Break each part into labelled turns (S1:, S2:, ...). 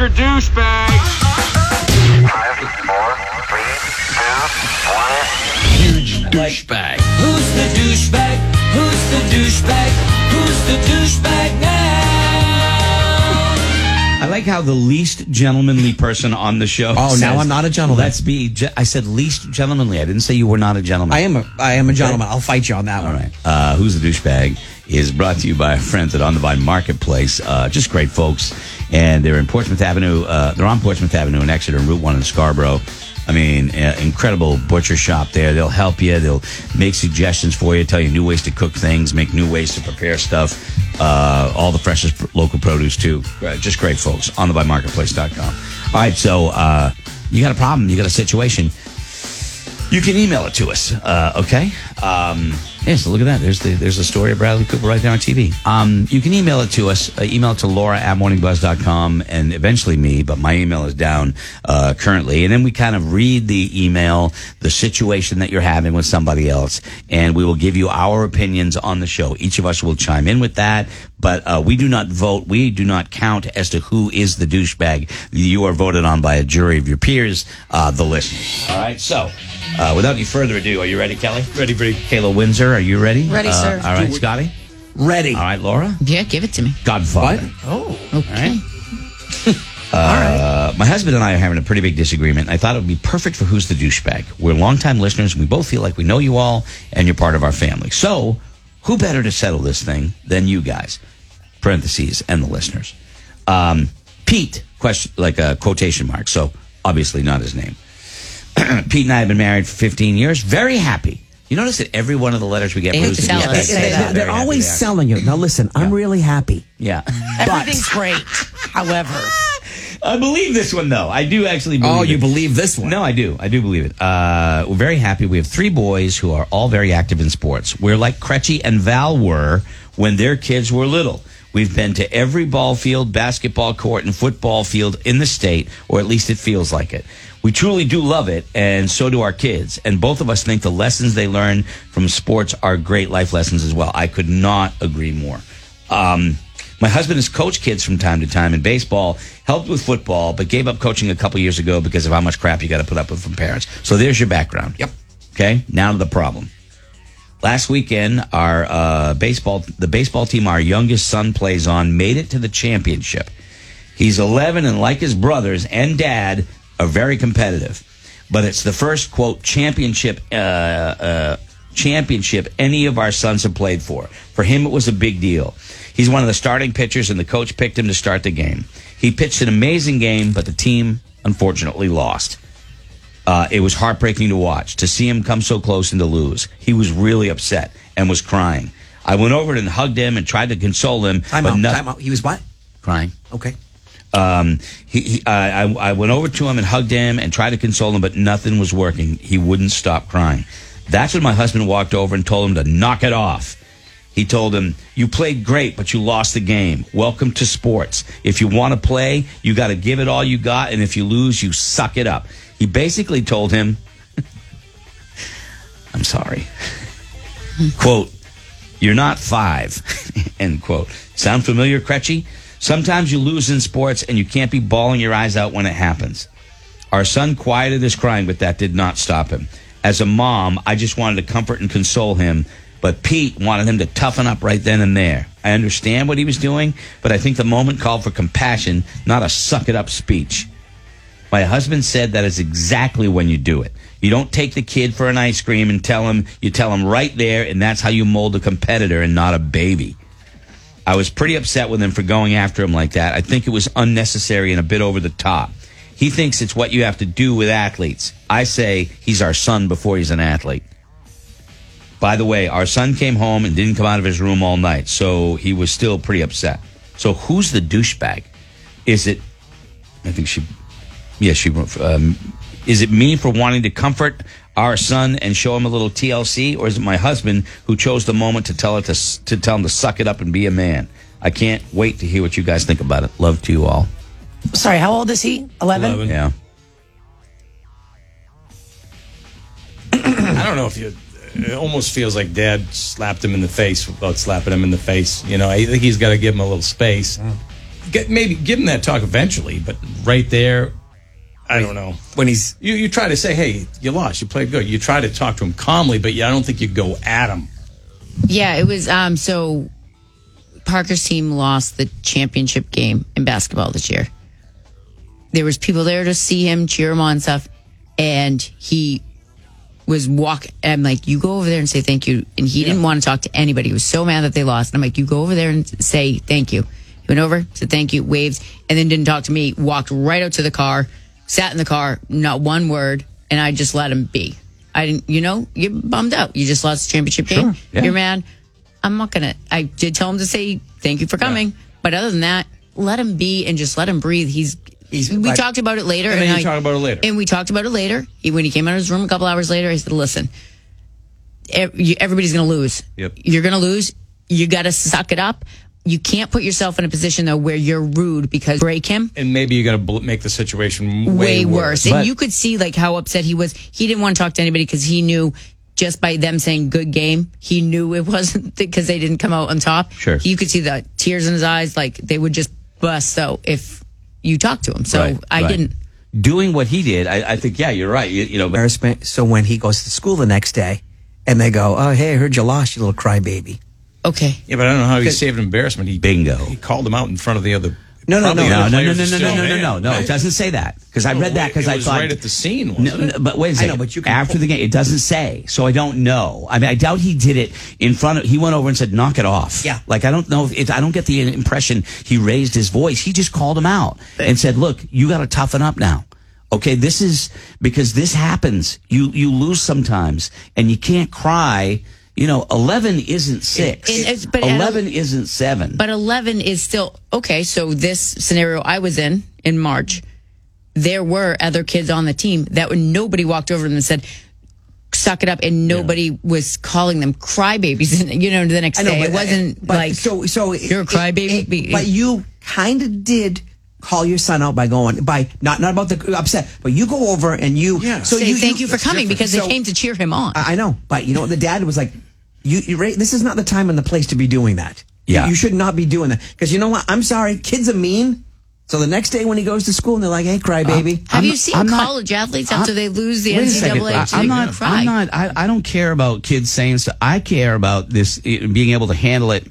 S1: are douchebags.
S2: Five, four, three, two, one.
S3: douchebag.
S4: Who's the douchebag? Who's the douchebag? Who's the douchebag now?
S3: I like how the least gentlemanly person on the show.
S5: Oh,
S3: says,
S5: now I'm not a gentleman.
S3: Let's be. ge- I said least gentlemanly. I didn't say you were not a gentleman.
S5: I am a I am a gentleman. I'll fight you on that
S3: All
S5: one.
S3: right. Uh, Who's the douchebag is brought to you by our friends at On the Vine Marketplace. Uh, just great folks, and they're in Portsmouth Avenue. Uh, they're on Portsmouth Avenue in Exeter, and Route One in Scarborough. I mean, uh, incredible butcher shop there. They'll help you. They'll make suggestions for you. Tell you new ways to cook things. Make new ways to prepare stuff. Uh, all the freshest pr- local produce too. Uh, just great folks. On the Marketplace.com. All right. So uh, you got a problem. You got a situation. You can email it to us, uh, okay? Um, yeah, so look at that. There's the there's the story of Bradley Cooper right there on TV. Um, you can email it to us. Uh, email it to Laura at morningbuzz.com and eventually me, but my email is down uh, currently. And then we kind of read the email, the situation that you're having with somebody else, and we will give you our opinions on the show. Each of us will chime in with that, but uh, we do not vote. We do not count as to who is the douchebag. You are voted on by a jury of your peers, uh, the listeners. All right, so. Uh, without any further ado, are you ready, Kelly? Ready, ready. Kayla Windsor, are you ready?
S6: Ready,
S3: Uh,
S6: sir.
S3: All right, Scotty.
S5: Ready.
S3: All right, Laura.
S6: Yeah, give it to me.
S3: Godfather.
S5: What?
S6: Okay.
S3: Uh, my husband and I are having a pretty big disagreement. I thought it would be perfect for Who's the Douchebag. We're longtime listeners, and we both feel like we know you all, and you're part of our family. So, who better to settle this thing than you guys? Parentheses and the listeners. Um, Pete, question like a quotation mark. So obviously not his name. Pete and I have been married for 15 years. Very happy. You notice that every one of the letters we get,
S6: They
S3: from
S6: have
S3: Who's
S6: to
S3: the
S6: tell
S3: Douchebag
S6: us.
S3: say
S6: They-
S3: how
S6: they're
S3: very
S5: They're
S3: happy
S5: always
S3: they are.
S5: selling you. Now listen, I'm really happy.
S3: Yeah.
S6: Everything's great. However,
S3: I believe this one though. I do actually believe
S5: Oh, you
S3: it.
S5: believe this one?
S3: No, I do. I do believe it. Uh, we're very happy. We have three boys who are all very active in sports. We're like Kretchy and Val were when their kids were little. We've been to every ball field, basketball court, and football field in the state, or at least it feels like it. We truly do love it, and so do our kids. And both of us think the lessons they learn from sports are great life lessons as well. I could not agree more. Um, my husband has coached kids from time to time in baseball, helped with football, but gave up coaching a couple years ago because of how much crap you got to put up with from parents. So there's your background.
S5: Yep.
S3: Okay. Now to the problem. Last weekend, our uh, baseball the baseball team our youngest son plays on made it to the championship. He's 11 and like his brothers and dad are very competitive, but it's the first quote championship uh, uh, championship any of our sons have played for. For him, it was a big deal. He's one of the starting pitchers, and the coach picked him to start the game. He pitched an amazing game, but the team unfortunately lost. Uh, it was heartbreaking to watch, to see him come so close and to lose. He was really upset and was crying. I went over and hugged him and tried to console him.
S5: Time
S3: but
S5: out.
S3: noth-
S5: Time out. He was what?
S3: Crying.
S5: Okay.
S3: Um, he, he, I, I I went over to him and hugged him and tried to console him, but nothing was working. He wouldn't stop crying. That's when my husband walked over and told him to knock it off. He told him, You played great, but you lost the game. Welcome to sports. If you want to play, you got to give it all you got, and if you lose, you suck it up. He basically told him, I'm sorry. Quote, you're not five. End quote. Sound familiar, Kretchy? Sometimes you lose in sports and you can't be bawling your eyes out when it happens. Our son quieted his crying, but that did not stop him. As a mom, I just wanted to comfort and console him, but Pete wanted him to toughen up right then and there. I understand what he was doing, but I think the moment called for compassion, not a suck it up speech. My husband said that is exactly when you do it. You don't take the kid for an ice cream and tell him, you tell him right there, and that's how you mold a competitor and not a baby. I was pretty upset with him for going after him like that. I think it was unnecessary and a bit over the top. He thinks it's what you have to do with athletes. I say he's our son before he's an athlete. By the way, our son came home and didn't come out of his room all night, so he was still pretty upset. So who's the douchebag? Is it? I think she. Yeah, she. Um, is it me for wanting to comfort our son and show him a little TLC, or is it my husband who chose the moment to tell it to s- to tell him to suck it up and be a man? I can't wait to hear what you guys think about it. Love to you all.
S7: Sorry, how old is he? 11?
S3: Yeah.
S8: I don't know if you. It almost feels like Dad slapped him in the face without slapping him in the face. You know, I think he's got to give him a little space. get, maybe give him that talk eventually, but right there, I don't know.
S1: when he's
S8: You you try to say, hey, you lost, you played good. You try to talk to him calmly, but you, I don't think you go at him.
S6: Yeah, it was. Um, so Parker's team lost the championship game in basketball this year. There was people there to see him, cheer him on, and stuff, and he was walk. I'm like, you go over there and say thank you. And he didn't want to talk to anybody. He was so mad that they lost. And I'm like, you go over there and say thank you. He went over, said thank you, waved, and then didn't talk to me. Walked right out to the car, sat in the car, not one word, and I just let him be. I didn't, you know, you're bummed out. You just lost the championship game.
S3: yeah.
S6: You're mad. I'm not gonna. I did tell him to say thank you for coming, but other than that, let him be and just let him breathe. He's.
S1: He's
S6: we
S1: like-
S6: talked about it later,
S8: And then you
S6: I-
S8: talk about it later.
S6: And we talked about it later. He, when he came out of his room a couple hours later, I said, "Listen, ev- you- everybody's going to lose.
S8: Yep.
S6: You're going to lose. You got to suck it up. You can't put yourself in a position though where you're rude because break him
S8: And maybe you're going to bl- make the situation
S6: way,
S8: way,
S6: worse. And
S3: But-
S6: you could see like how upset he was. He didn't want to talk to anybody because he knew just by them saying good game, he knew it wasn't because they didn't come out on top.
S3: Sure.
S6: You could see the tears in his eyes. Like they would just bust though if you talked to him. So
S3: Right,
S6: I
S3: right.
S6: didn't.
S3: Doing what he did, I, I think, yeah, you're right. You, you know, but
S5: Embarrassment. So when he goes to school the next day and they go, oh, hey, I heard you lost, you little crybaby.
S6: Okay.
S8: Yeah, but I don't know how he saved embarrassment. He
S3: Bingo.
S8: He called him out in front of the other.
S5: No, no,
S8: probably the
S3: no,
S8: other
S3: no, no,
S8: players
S3: no,
S8: are
S3: no, no,
S8: still
S3: no,
S8: mad.
S3: no, no. It doesn't say that because I
S8: No,
S3: read that
S8: it
S3: because I
S8: was
S3: thought
S8: right at the scene, wasn't
S3: no,
S8: it?
S3: no, but wait a second.
S5: but you can
S3: after
S5: pull-
S3: the game, it doesn't say, so I don't know. I mean, I doubt he did it in front of. He went over and said, "Knock it off."
S5: Yeah.
S3: Like I don't know if it, I don't get the impression he raised his voice. He just called him out and said, "Look, you got to toughen up now." Okay, this is because this happens. You you lose sometimes, and you can't cry. You know, eleven isn't six.
S6: it- it's- but I don't-
S3: eleven isn't seven.
S6: But 11 is still okay. So this scenario I was in in March, there were other kids on the team that would, nobody walked over to them and said, "Suck it up," and nobody was calling them crybabies. and, You know, the next day it wasn't
S5: but
S6: like
S5: so so. it-
S6: you're a
S5: it-
S6: crybaby.
S5: it- but you kind of did call your son out by going by not not about the upset, but you go over and you
S8: Yeah.
S5: So
S6: say thank you, for coming because
S5: so-
S6: they came to cheer him on.
S5: I I know, but you know what? The dad was like, "You, you right, this is not the time and the place to be doing that.
S3: Yeah.
S5: you, you should not be doing that because you know what? I'm sorry, kids are mean. So the next day when he goes to school and they're like, "Hey, crybaby,"
S6: Have
S3: I'm
S6: you
S3: not-
S6: seen
S3: I'm not-
S6: college athletes after
S3: I'm-
S6: they lose the
S3: Wait a second.
S6: NCAA?
S3: I- I'm not.
S6: cry.
S3: I'm not. I, I don't care about kids saying stuff. I care about this it, being able to handle it.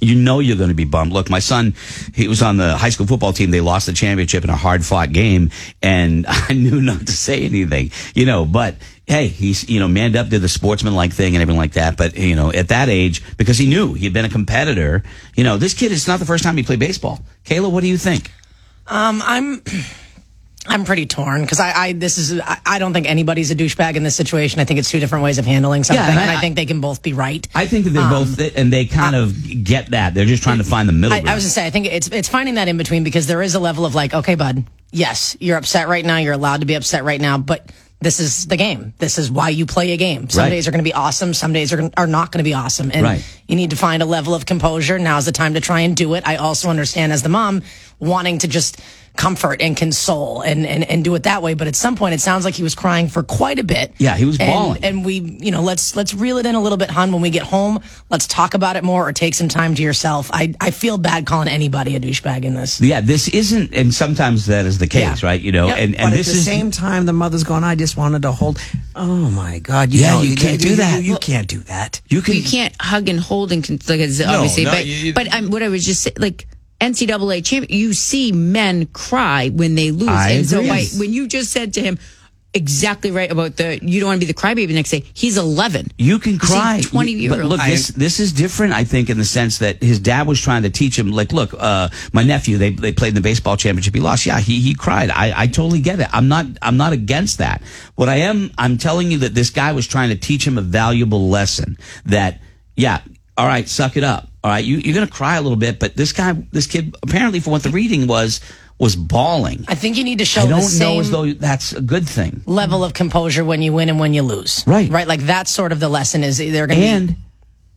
S3: You know you're going to be bummed. Look, my son, he was on the high school football team. They lost the championship in a hard fought game, and I knew not to say anything. You know, but hey, he's you know manned up, did the sportsmanlike thing and everything like that. But you know, at that age, because he knew he had been a competitor. You know, this kid is not the first time he played baseball. Kayla, what do you think?
S7: Um, I'm. I'm pretty torn because I, I this is I, I don't think anybody's a douchebag in this situation. I think it's two different ways of handling something,
S3: and
S7: and
S3: I-
S7: I, think they can both be right.
S3: I think that they're both, and they kind of get that. They're just trying to find the middle.
S7: Um, I, I was gonna say, I think it's it's finding that in between because there is a level of like, okay, bud, yes, you're upset right now. You're allowed to be upset right now, but this is the game. This is why you play a game. Some
S3: Right.
S7: days are going to be awesome. Some days are gonna, are not going to be awesome, and
S3: Right.
S7: you need to find a level of composure. Now's the time to try and do it. I also understand as the mom wanting to just comfort and console and, and and do it that way but at some point it sounds like he was crying for quite a bit
S3: Yeah, he was
S7: And-
S3: bawling.
S7: and we you know let's let's reel it in a little bit hun when we get home let's talk about it more or take some time to yourself i i feel bad calling anybody a douchebag in this
S3: Yeah, this isn't, and sometimes that is the case,
S7: Yeah.
S3: right? You know,
S7: Yep.
S3: and,
S5: but
S3: and this
S5: at the
S3: is
S5: same time, the mother's going, "I just wanted to hold." Oh my God! You
S3: Yeah,
S5: know,
S3: you can't do that.
S5: You, you can't do that.
S3: you can
S6: you can't hug and hold and con- like it's obviously,
S8: no,
S6: but
S8: you- you-
S6: but I'm, what I was just saying, like NCAA champion, you see men cry when they lose,
S3: I
S6: and so
S3: agree.
S6: why, when you just said to him exactly right about the you don't want to be the crybaby the next day, he's 11.
S3: you can
S6: see
S3: cry.
S6: 20 year
S3: But
S6: old.
S3: look,
S6: I-
S3: this this is different, I think, in the sense that his dad was trying to teach him, like, look, uh, my nephew, they they played in the baseball championship, he lost. Yeah, he he cried. I, I totally get it. I'm not I'm not against that. What I am, I'm telling you that this guy was trying to teach him a valuable lesson that, yeah, all right, suck it up. All right, you, you're gonna cry a little bit, but this guy, this kid, apparently, for what the reading was, was bawling.
S7: i think you need to show
S3: I
S7: the
S3: don't know
S7: same
S3: as though that's a good thing.
S7: level of composure when you win and when you lose
S3: Right.
S7: right like that's sort of the lesson is they're gonna be
S3: And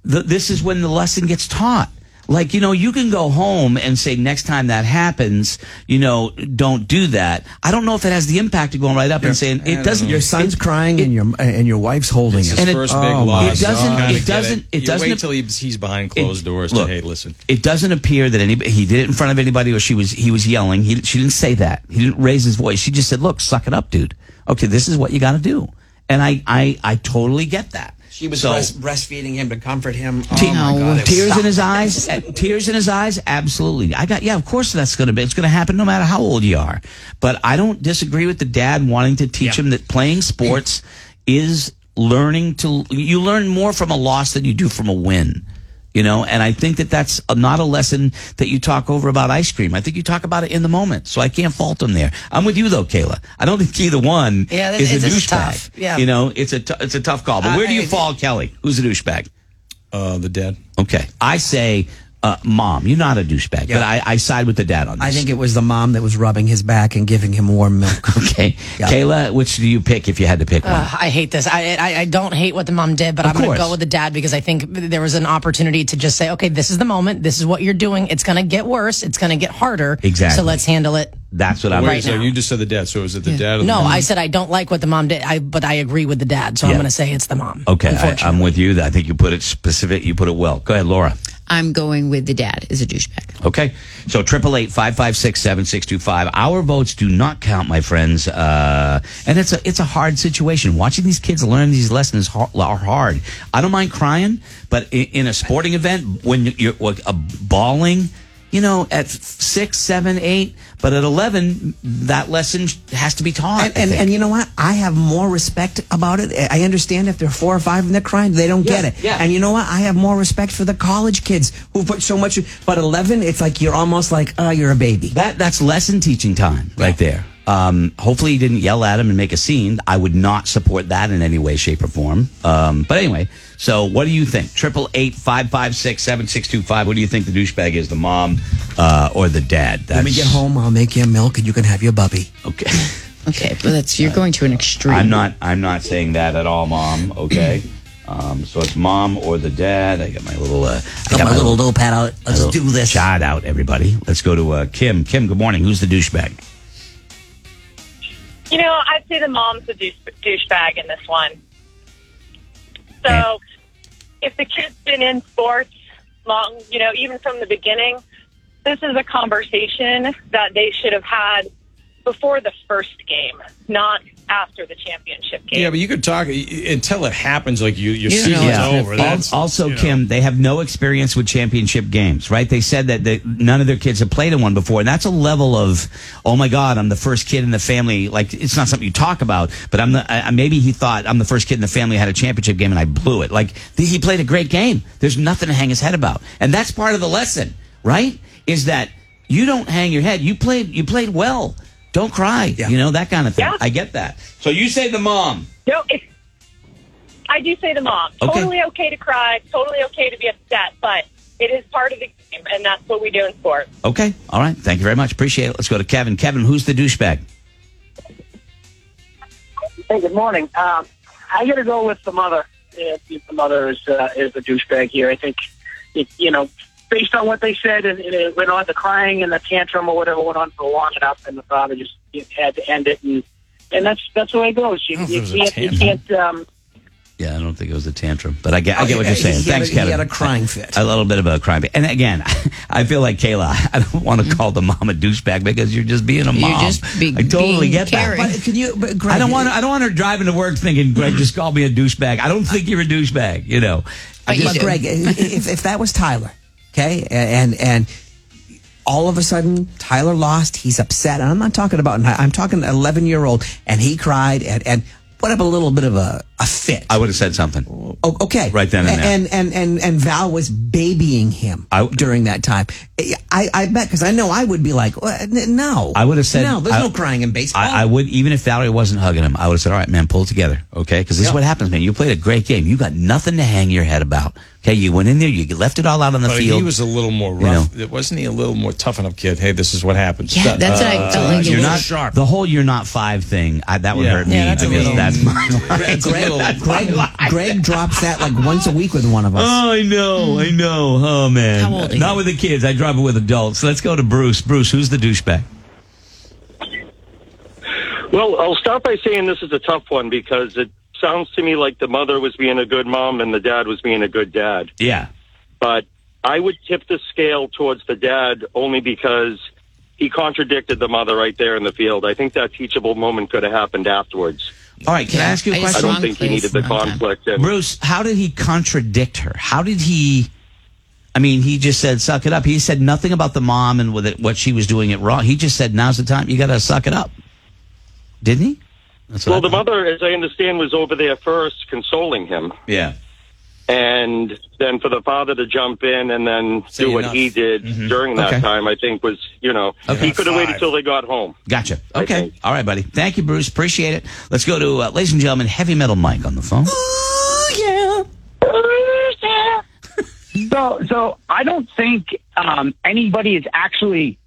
S3: the, this is when the lesson gets taught. Like, you know, you can go home and say, next time that happens, you know, don't do that. I don't know if it has the impact of going right up and saying,
S8: I
S3: it
S8: don't
S9: um,
S3: doesn't.
S8: know.
S1: Your son's
S3: it-
S1: crying and your
S5: uh,
S1: and your wife's holding
S8: It's
S1: it.
S8: his
S3: And it-
S8: first big
S1: oh, my
S8: loss.
S3: It doesn't-
S8: You
S3: it
S8: kinda get
S3: doesn't- it
S8: You
S3: doesn't-
S8: Wait till he's, he's behind
S3: it-
S8: closed doors.
S3: look,
S8: to, hey, listen.
S3: It doesn't appear that anybody he did it in front of anybody, or she was he was yelling. He, she didn't say that. He didn't raise his voice. She just said, "Look, suck it up, dude. Okay, this is what you got to do." And I, I I totally get that.
S9: She was
S3: So-
S9: breast, breastfeeding him to comfort him. Oh
S3: Te-
S9: my God! it
S3: tears in
S9: sucked.
S3: his eyes. eh, tears in his eyes. Absolutely. I got. Yeah. Of course, that's going to be. It's going to happen no matter how old you are. But I don't disagree with the dad wanting to teach him that playing sports is learning to. You learn more from a loss than you do from a win. You know, and I think that that's a, not a lesson that you talk over about ice cream. I think you talk about it in the moment, so I can't fault him there. I'm with you though, Kayla. I don't think either one
S7: Yeah, that-
S3: is a
S7: it's just
S3: douchebag.
S7: tough. Yeah.
S3: you know, it's a t- it's a tough call. But where do you
S7: I-
S3: fall, Kelly? Who's a douchebag?
S8: Uh, the dad.
S3: Okay. I say, uh, mom, you're not a douchebag, but I, I side with the dad on this.
S5: I think it was the mom that was rubbing his back and giving him warm milk.
S3: Okay.
S5: Yeah.
S3: Kayla, which do you pick if you had to pick one?
S7: I hate this. I, I I don't hate what the mom did, but
S3: Of
S7: I'm going
S3: course.
S7: to go with the dad because I think there was an opportunity to just say, okay, this is the moment. This is what you're doing. It's going to get worse. It's going to get harder.
S3: Exactly.
S7: So let's handle it.
S3: That's what I'm
S8: Wait,
S7: Right
S8: so
S7: now.
S8: you just said the dad. So is it the dad? Or the
S7: No,
S8: mom?
S7: I said I don't like what the mom did, I, but I agree with the dad. So
S3: Yeah.
S7: I'm going to say it's the mom.
S3: Okay. I,
S7: unfortunately.
S3: I'm with you. I think you put it specific. You put it well. Go ahead, Laura.
S6: I'm going with the dad is a douchebag.
S3: Okay. So triple eight five five six seven six two five. Our votes do not count, my friends. Uh, and it's a it's a hard situation. Watching these kids learn these lessons har- are hard. I don't mind crying, but in, in a sporting event when you're like, a bawling, you know, at six, seven, eight, but at eleven, that lesson has to be taught.
S5: And, and,
S3: I think.
S5: and you know what? I have more respect about it. I understand if they're four or five and they're crying, they don't
S3: Yeah,
S5: get it.
S3: yeah.
S5: And you know what? I have more respect for the college kids who put so much. But 11, it's like you're almost like, oh, you're a baby.
S3: That that's lesson teaching time right there. Um, hopefully he didn't yell at him and make a scene. I would not support that in any way, shape, or form. Um, but anyway, so what do you think? Triple eight five five six seven six two five. What do you think the douchebag is? The mom uh, or the dad? That's,
S5: Let me get home. I'll make you milk and you can have your bubby.
S3: Okay,
S6: Okay, well that's you're going to an extreme.
S3: I'm not. I'm not saying that at all, mom. Okay, um, so it's mom or the dad. I got my little. Uh, I
S5: Got my little little pat out. Let's
S3: little
S5: do this.
S3: Shout out, everybody. Let's go to uh, Kim. Kim, good morning. Who's the douchebag?
S10: You know, I'd say the mom's the douche, douchebag in this one. So,
S8: Mm.
S3: Okay.
S10: if the kid's been in sports long, you know, even from the beginning, this is a conversation that they should have had before the first game, not after the championship game.
S8: Yeah, but you could talk y- y- until it happens. Like you, your
S6: You don't know
S8: season's
S6: what's gonna
S8: over.
S6: happen.
S3: Al-
S8: That's
S3: also,
S8: you know.
S3: Kim, they have no experience with championship games, right? They said that they, none of their kids have played in one before. And that's a level of, oh my God, I'm the first kid in the family. Like, it's not something you talk about, but I'm the, I, I- maybe he thought I'm the first kid in the family who had a championship game and I blew it. Like, th- he played a great game. There's nothing to hang his head about. And that's part of the lesson, right? Is that you don't hang your head. You played, you played well. Don't cry. You know, that kind of thing.
S10: Yeah.
S3: I get that. So you say the mom.
S10: No, it's, I do say the mom.
S3: Okay.
S10: Totally okay to cry, totally okay to be upset, but it is part of the game, and that's what we do in sports.
S3: Okay. All right. Thank you very much. Appreciate it. Let's go to Kevin. Kevin, who's the douchebag?
S11: Hey, good morning. Um, I got to go with the mother. If if the mother is uh, is the douchebag here, I think it, you know, based on what they said, and, and it went on the crying and the tantrum or whatever went on for long enough, and the father just had to end it, and and that's that's the way it goes. You,
S8: I don't know
S11: you
S8: if it was a
S11: can't, you
S8: tantrum.
S11: can't. Um,
S3: Yeah, I don't think it was a tantrum, but I get, I get what you're
S5: He-
S3: saying.
S5: he had
S3: Thanks,
S5: a- he
S3: Kevin.
S5: had a crying fit.
S3: A little bit of a crying fit. And again, I feel like Kayla. I don't want to call the mom a douchebag because you're just being a mom.
S6: You're just be-
S3: I totally
S6: being
S3: get that.
S6: caring.
S5: But can you? But Greg,
S3: I don't want. I don't want her driving to work thinking Greg just called me a douchebag. I don't think you're a douchebag. You know. I
S6: But you
S5: But
S3: just,
S6: do.
S5: Greg, i- if, if that was Tyler, okay, and and all of a sudden Tyler lost, he's upset. And I'm not talking about. I'm talking 11 year old, and he cried and and put up a little bit of a a fit.
S3: I would have said something.
S5: O- okay,
S3: Right then and there.
S5: and and and and Val was babying him
S3: I-
S5: during that time. I I bet because I know I would be like, "Well, n- no,
S3: I would have said
S5: no. There's
S3: I-
S5: no crying in baseball.
S3: I, I would even if Valerie wasn't hugging him. I would have said, "All right, man, pull it together, okay?" Because this is what happens, man. You played a great game. You got nothing to hang your head about. Okay, you went in there, you left it all out on the
S8: But
S3: field.
S8: he was a little more rough. Wasn't he a little more toughen up kid? Hey, this is what happens. Uh,
S6: Yeah, that's what I felt like.
S3: You're
S6: it
S3: not
S6: was.
S3: sharp. The whole "you're not five thing I, that would
S8: Yeah.
S3: hurt me
S8: Yeah, that's a
S3: because
S8: little-
S3: that's my line.
S8: That's a little-
S5: Greg, Greg drops that like once a week with one of us.
S3: Oh, I know,
S8: Hmm.
S3: I know. Oh man,
S6: How old are
S3: not
S6: you?
S3: with the kids. I drop it with adults. Let's go to Bruce. Bruce, who's the douchebag?
S12: Well, I'll start by saying this is a tough one because it sounds to me like the mother was being a good mom and the dad was being a good dad.
S3: Yeah.
S12: But I would tip the scale towards the dad only because he contradicted the mother right there in the field. I think that teachable moment could have happened afterwards.
S3: All right, can I ask you a
S12: I
S3: question?
S12: don't think he needed the conflict. And
S3: Bruce, how did he contradict her? How did he? I mean, he just said "suck it up." He said nothing about the mom and with it, what she was doing it wrong. He just said, "Now's the time. You got to suck it up," didn't he? That's
S12: well,
S3: what
S12: the mother, as I understand, was over there first consoling him.
S3: I- yeah.
S12: and then for the father to jump in and then
S3: Say
S12: do what
S3: enough. Mm-hmm.
S12: he did during that
S3: Okay.
S12: time, I think was you know
S3: Okay.
S12: he could have waited
S3: Five.
S12: till they got home.
S3: Gotcha. Okay. All right, buddy. Thank you, Bruce. Appreciate it. Let's go to, uh, ladies and gentlemen, Heavy Metal Mike on the phone.
S13: so, so I don't think um, anybody is actually,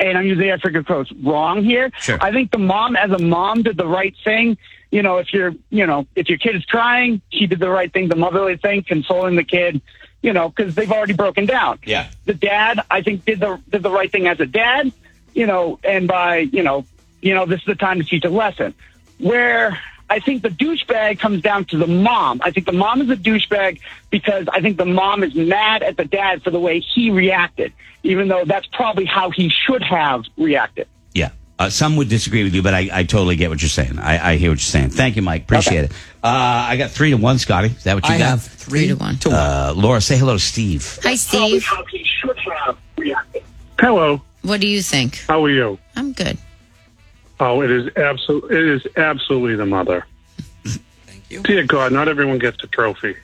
S13: and I'm using air trigger quotes, wrong here.
S14: Sure.
S13: I think the mom, as a mom, did the right thing. You know, if you're, you know, if your kid is crying, she did the right thing, the motherly thing, consoling the kid. You know, because they've already broken down.
S3: Yeah.
S13: The dad, I think, did the did the right thing as a dad. You know, and by you know, you know, this is the time to teach a lesson. Where I think the douchebag comes down to the mom. I think the mom is a douchebag because I think the mom is mad at the dad for the way he reacted, even though that's probably how he should have reacted.
S3: Yeah. Uh, some would disagree with you, but I, I totally get what you're saying. I, I hear what you're saying. Thank you, Mike. Appreciate it. Uh, I got three to one, Scotty. Is that what you
S6: I
S3: got?
S6: have three to one.
S3: Uh, Laura, say hello to Steve.
S6: Hi, Steve.
S15: Hello.
S6: What do you think?
S15: How are you?
S6: I'm good.
S15: Oh, it is absolutely it is absolutely the mother. Thank you. Dear God, not everyone gets a trophy.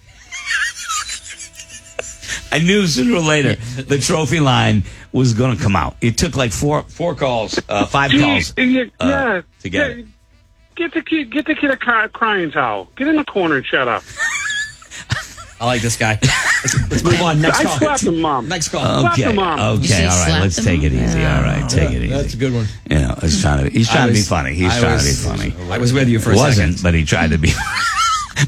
S3: I knew sooner or later the trophy line was going to come out. It took like four four calls, uh, five
S15: Gee,
S3: calls
S15: and you-
S3: uh,
S15: yeah,
S3: to get
S15: yeah,
S3: it.
S15: Get the kid, get the kid a cry, crying towel. Get in the corner and shut up.
S9: I like this guy. Let's, let's move on. Next
S15: I
S9: call.
S15: slapped the mom.
S9: Next call.
S3: Okay. Okay. All right. Let's take it easy. All right. Take it easy.
S9: That's a good one.
S3: You know, he's trying to. He's
S9: I
S3: trying to be
S9: was-
S3: funny. He's
S9: I
S3: trying
S9: was-
S3: to be funny.
S9: I was with you for a
S3: Wasn't,
S9: second.
S3: but he tried to be.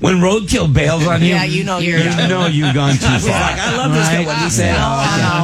S3: when roadkill bails on you,
S7: Yeah, you know you're-
S3: you know you've gone too far.
S9: I love this guy. What he said.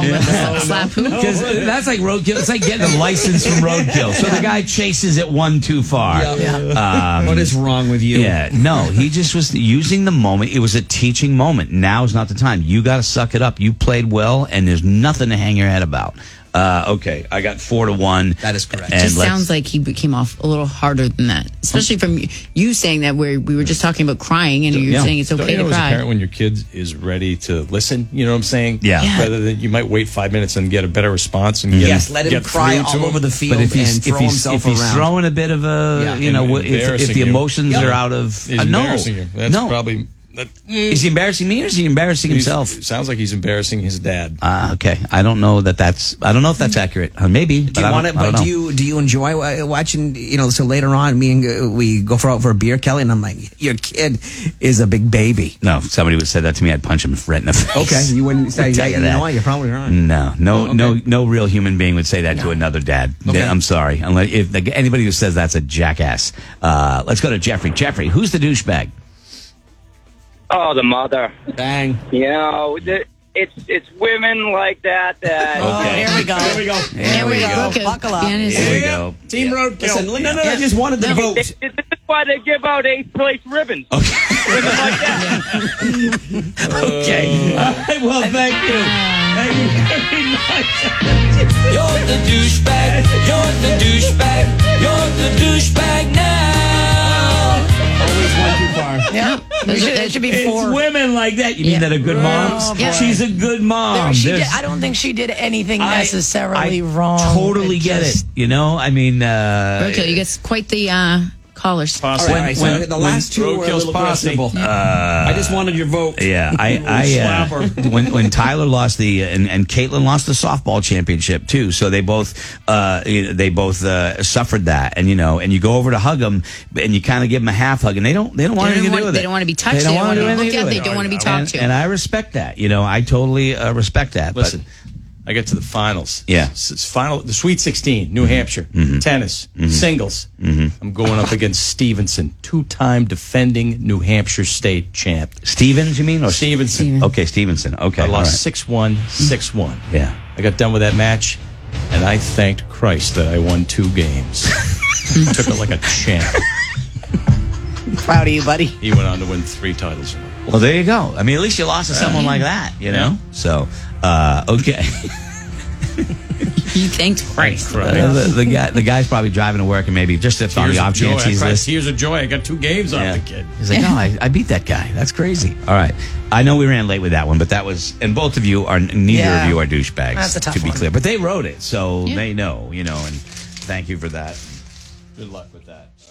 S6: Slap who?
S3: Because that's like roadkill. It's like getting a license from roadkill. So the guy chases it one too far. Um,
S9: what is wrong with you?
S3: Yeah, no, he just was using the moment. It was a teaching moment. Now is not the time. You got to suck it up. You played well, and there's nothing to hang your head about. Uh, okay, I got four to one. That is correct.
S6: It just sounds like he came off a little harder than that, especially from you- you saying that where we were just talking about crying and you're
S8: Yeah.
S6: saying it's
S8: Don't
S6: okay
S8: you know
S6: to
S8: as a
S6: cry.
S8: parent when your kid is ready to listen, you know what I'm saying?
S3: Yeah. Yeah.
S8: Rather than you might wait five minutes and get a better response and get,
S9: Yes, let him
S8: get
S9: cry
S8: through to
S9: all over the field
S3: But if he's
S9: and throw
S3: if he's,
S9: himself
S3: if he's
S9: around.
S3: throwing a bit of a
S9: Yeah.
S3: you know
S9: And
S3: what- if, if
S8: embarrassing
S3: the
S8: you.
S3: emotions
S8: Yeah.
S3: are out of
S8: He's
S3: uh, no
S8: embarrassing you. That's
S3: no
S8: probably-
S3: is he embarrassing me or is he embarrassing
S8: He's-
S3: himself?
S8: it sounds like he's embarrassing his dad.
S3: Ah, okay. I don't know that that's. I don't know if that's accurate. Uh, maybe.
S5: Do you want it? But do you do you enjoy wa- watching? You know, so later on, me and uh, we go for out for a beer, Kelly, and I'm like, your kid is a big baby.
S3: No, if somebody would said that to me. I'd punch him right in the face.
S5: Okay, you wouldn't say
S3: I'll
S5: that.
S3: tell
S5: Mm.
S3: you
S5: You
S3: that.
S5: know what? You're probably right.
S3: No, no, no, no real human being would say that to another dad.
S5: Okay.
S3: I'm sorry, unless if like, anybody who says that's a jackass. Uh, let's go to Jeffrey. Jeffrey, who's the douchebag?
S16: Oh, the mother. Bang. You know, the, it's it's women like that that.
S3: Okay.
S7: Here Oh, we go. Here
S9: we go.
S16: Here we go.
S7: Buckle up.
S3: Here we go.
S9: Team Roadkill. Listen, no, no, no, I just wanted the
S16: This
S9: vote.
S16: is why they give out eighth place ribbons.
S3: Okay.
S4: Mm.
S3: All right, well, thank you. Thank you very much.
S4: You're the douchebag. You're the douchebag. You're the douchebag now. Always one too far.
S7: Yeah. It should, it should be
S3: It's
S7: four.
S3: women like that. You mean that a good
S4: Oh,
S3: mom?
S7: Yeah.
S3: She's a good mom.
S7: she did,
S3: There's-
S7: I don't think she did anything necessarily
S3: I
S7: wrong.
S3: Totally get it. You know, I mean, uh,
S6: Roadkill, you get quite the uh, callers.
S8: Posse.
S6: All right,
S8: When- when- The last two were a little questionable. I just
S9: wanted your vote.
S3: Yeah, I, I uh, when when Tyler lost the uh, and, and Caitlin lost the softball championship too. So they both uh, you know, they both uh, suffered that, and you know, and you go over to hug them, and you kind of give them a half hug, and they don't they don't
S6: They
S3: want
S6: don't
S3: anything to do
S6: want-
S3: with
S6: they
S3: it.
S6: don't wanna be touched. They don't
S3: wanna do
S6: wanna be
S3: anything
S6: looked
S3: to
S6: at.
S3: it.
S6: They don't wanna be talked
S3: and,
S6: to.
S3: And I respect that. You know, I totally uh, respect that. but-
S8: Listen, I get to the finals.
S3: Yeah.
S8: S- s- final, the Sweet 16, New Hampshire, tennis, singles. I'm going up against Stevenson, two time defending New Hampshire state champ.
S3: Stevens, you mean? Or
S8: Stevenson.
S3: Okay, Stevenson. Okay.
S8: I
S3: all right.
S8: lost 6 1, 6 1.
S3: Yeah.
S8: I got done with that match, and I thanked Christ that I won two games. Took it like a champ.
S7: Proud of you, buddy.
S8: He went on to win three titles.
S3: Well, there you go. I mean, at least you lost to someone like that, you know? So, uh, okay.
S6: You thanked Christ.
S3: Uh, the, the guy, the guy's probably driving to work and maybe just if on the
S8: Here's
S3: off
S8: a joy.
S3: chance he's
S8: Christ,
S3: listening.
S8: here's a joy. I got two games off the kid.
S3: He's like, no, I, I beat that guy. That's crazy. All right. I know we ran late with that one, but that was, and both of you are, neither
S7: Yeah.
S3: of you are douchebags,
S7: That's a tough
S3: to be
S7: one.
S3: clear. But they wrote it, so
S7: Yeah.
S3: they know, you know, and thank you for that. Good luck with that.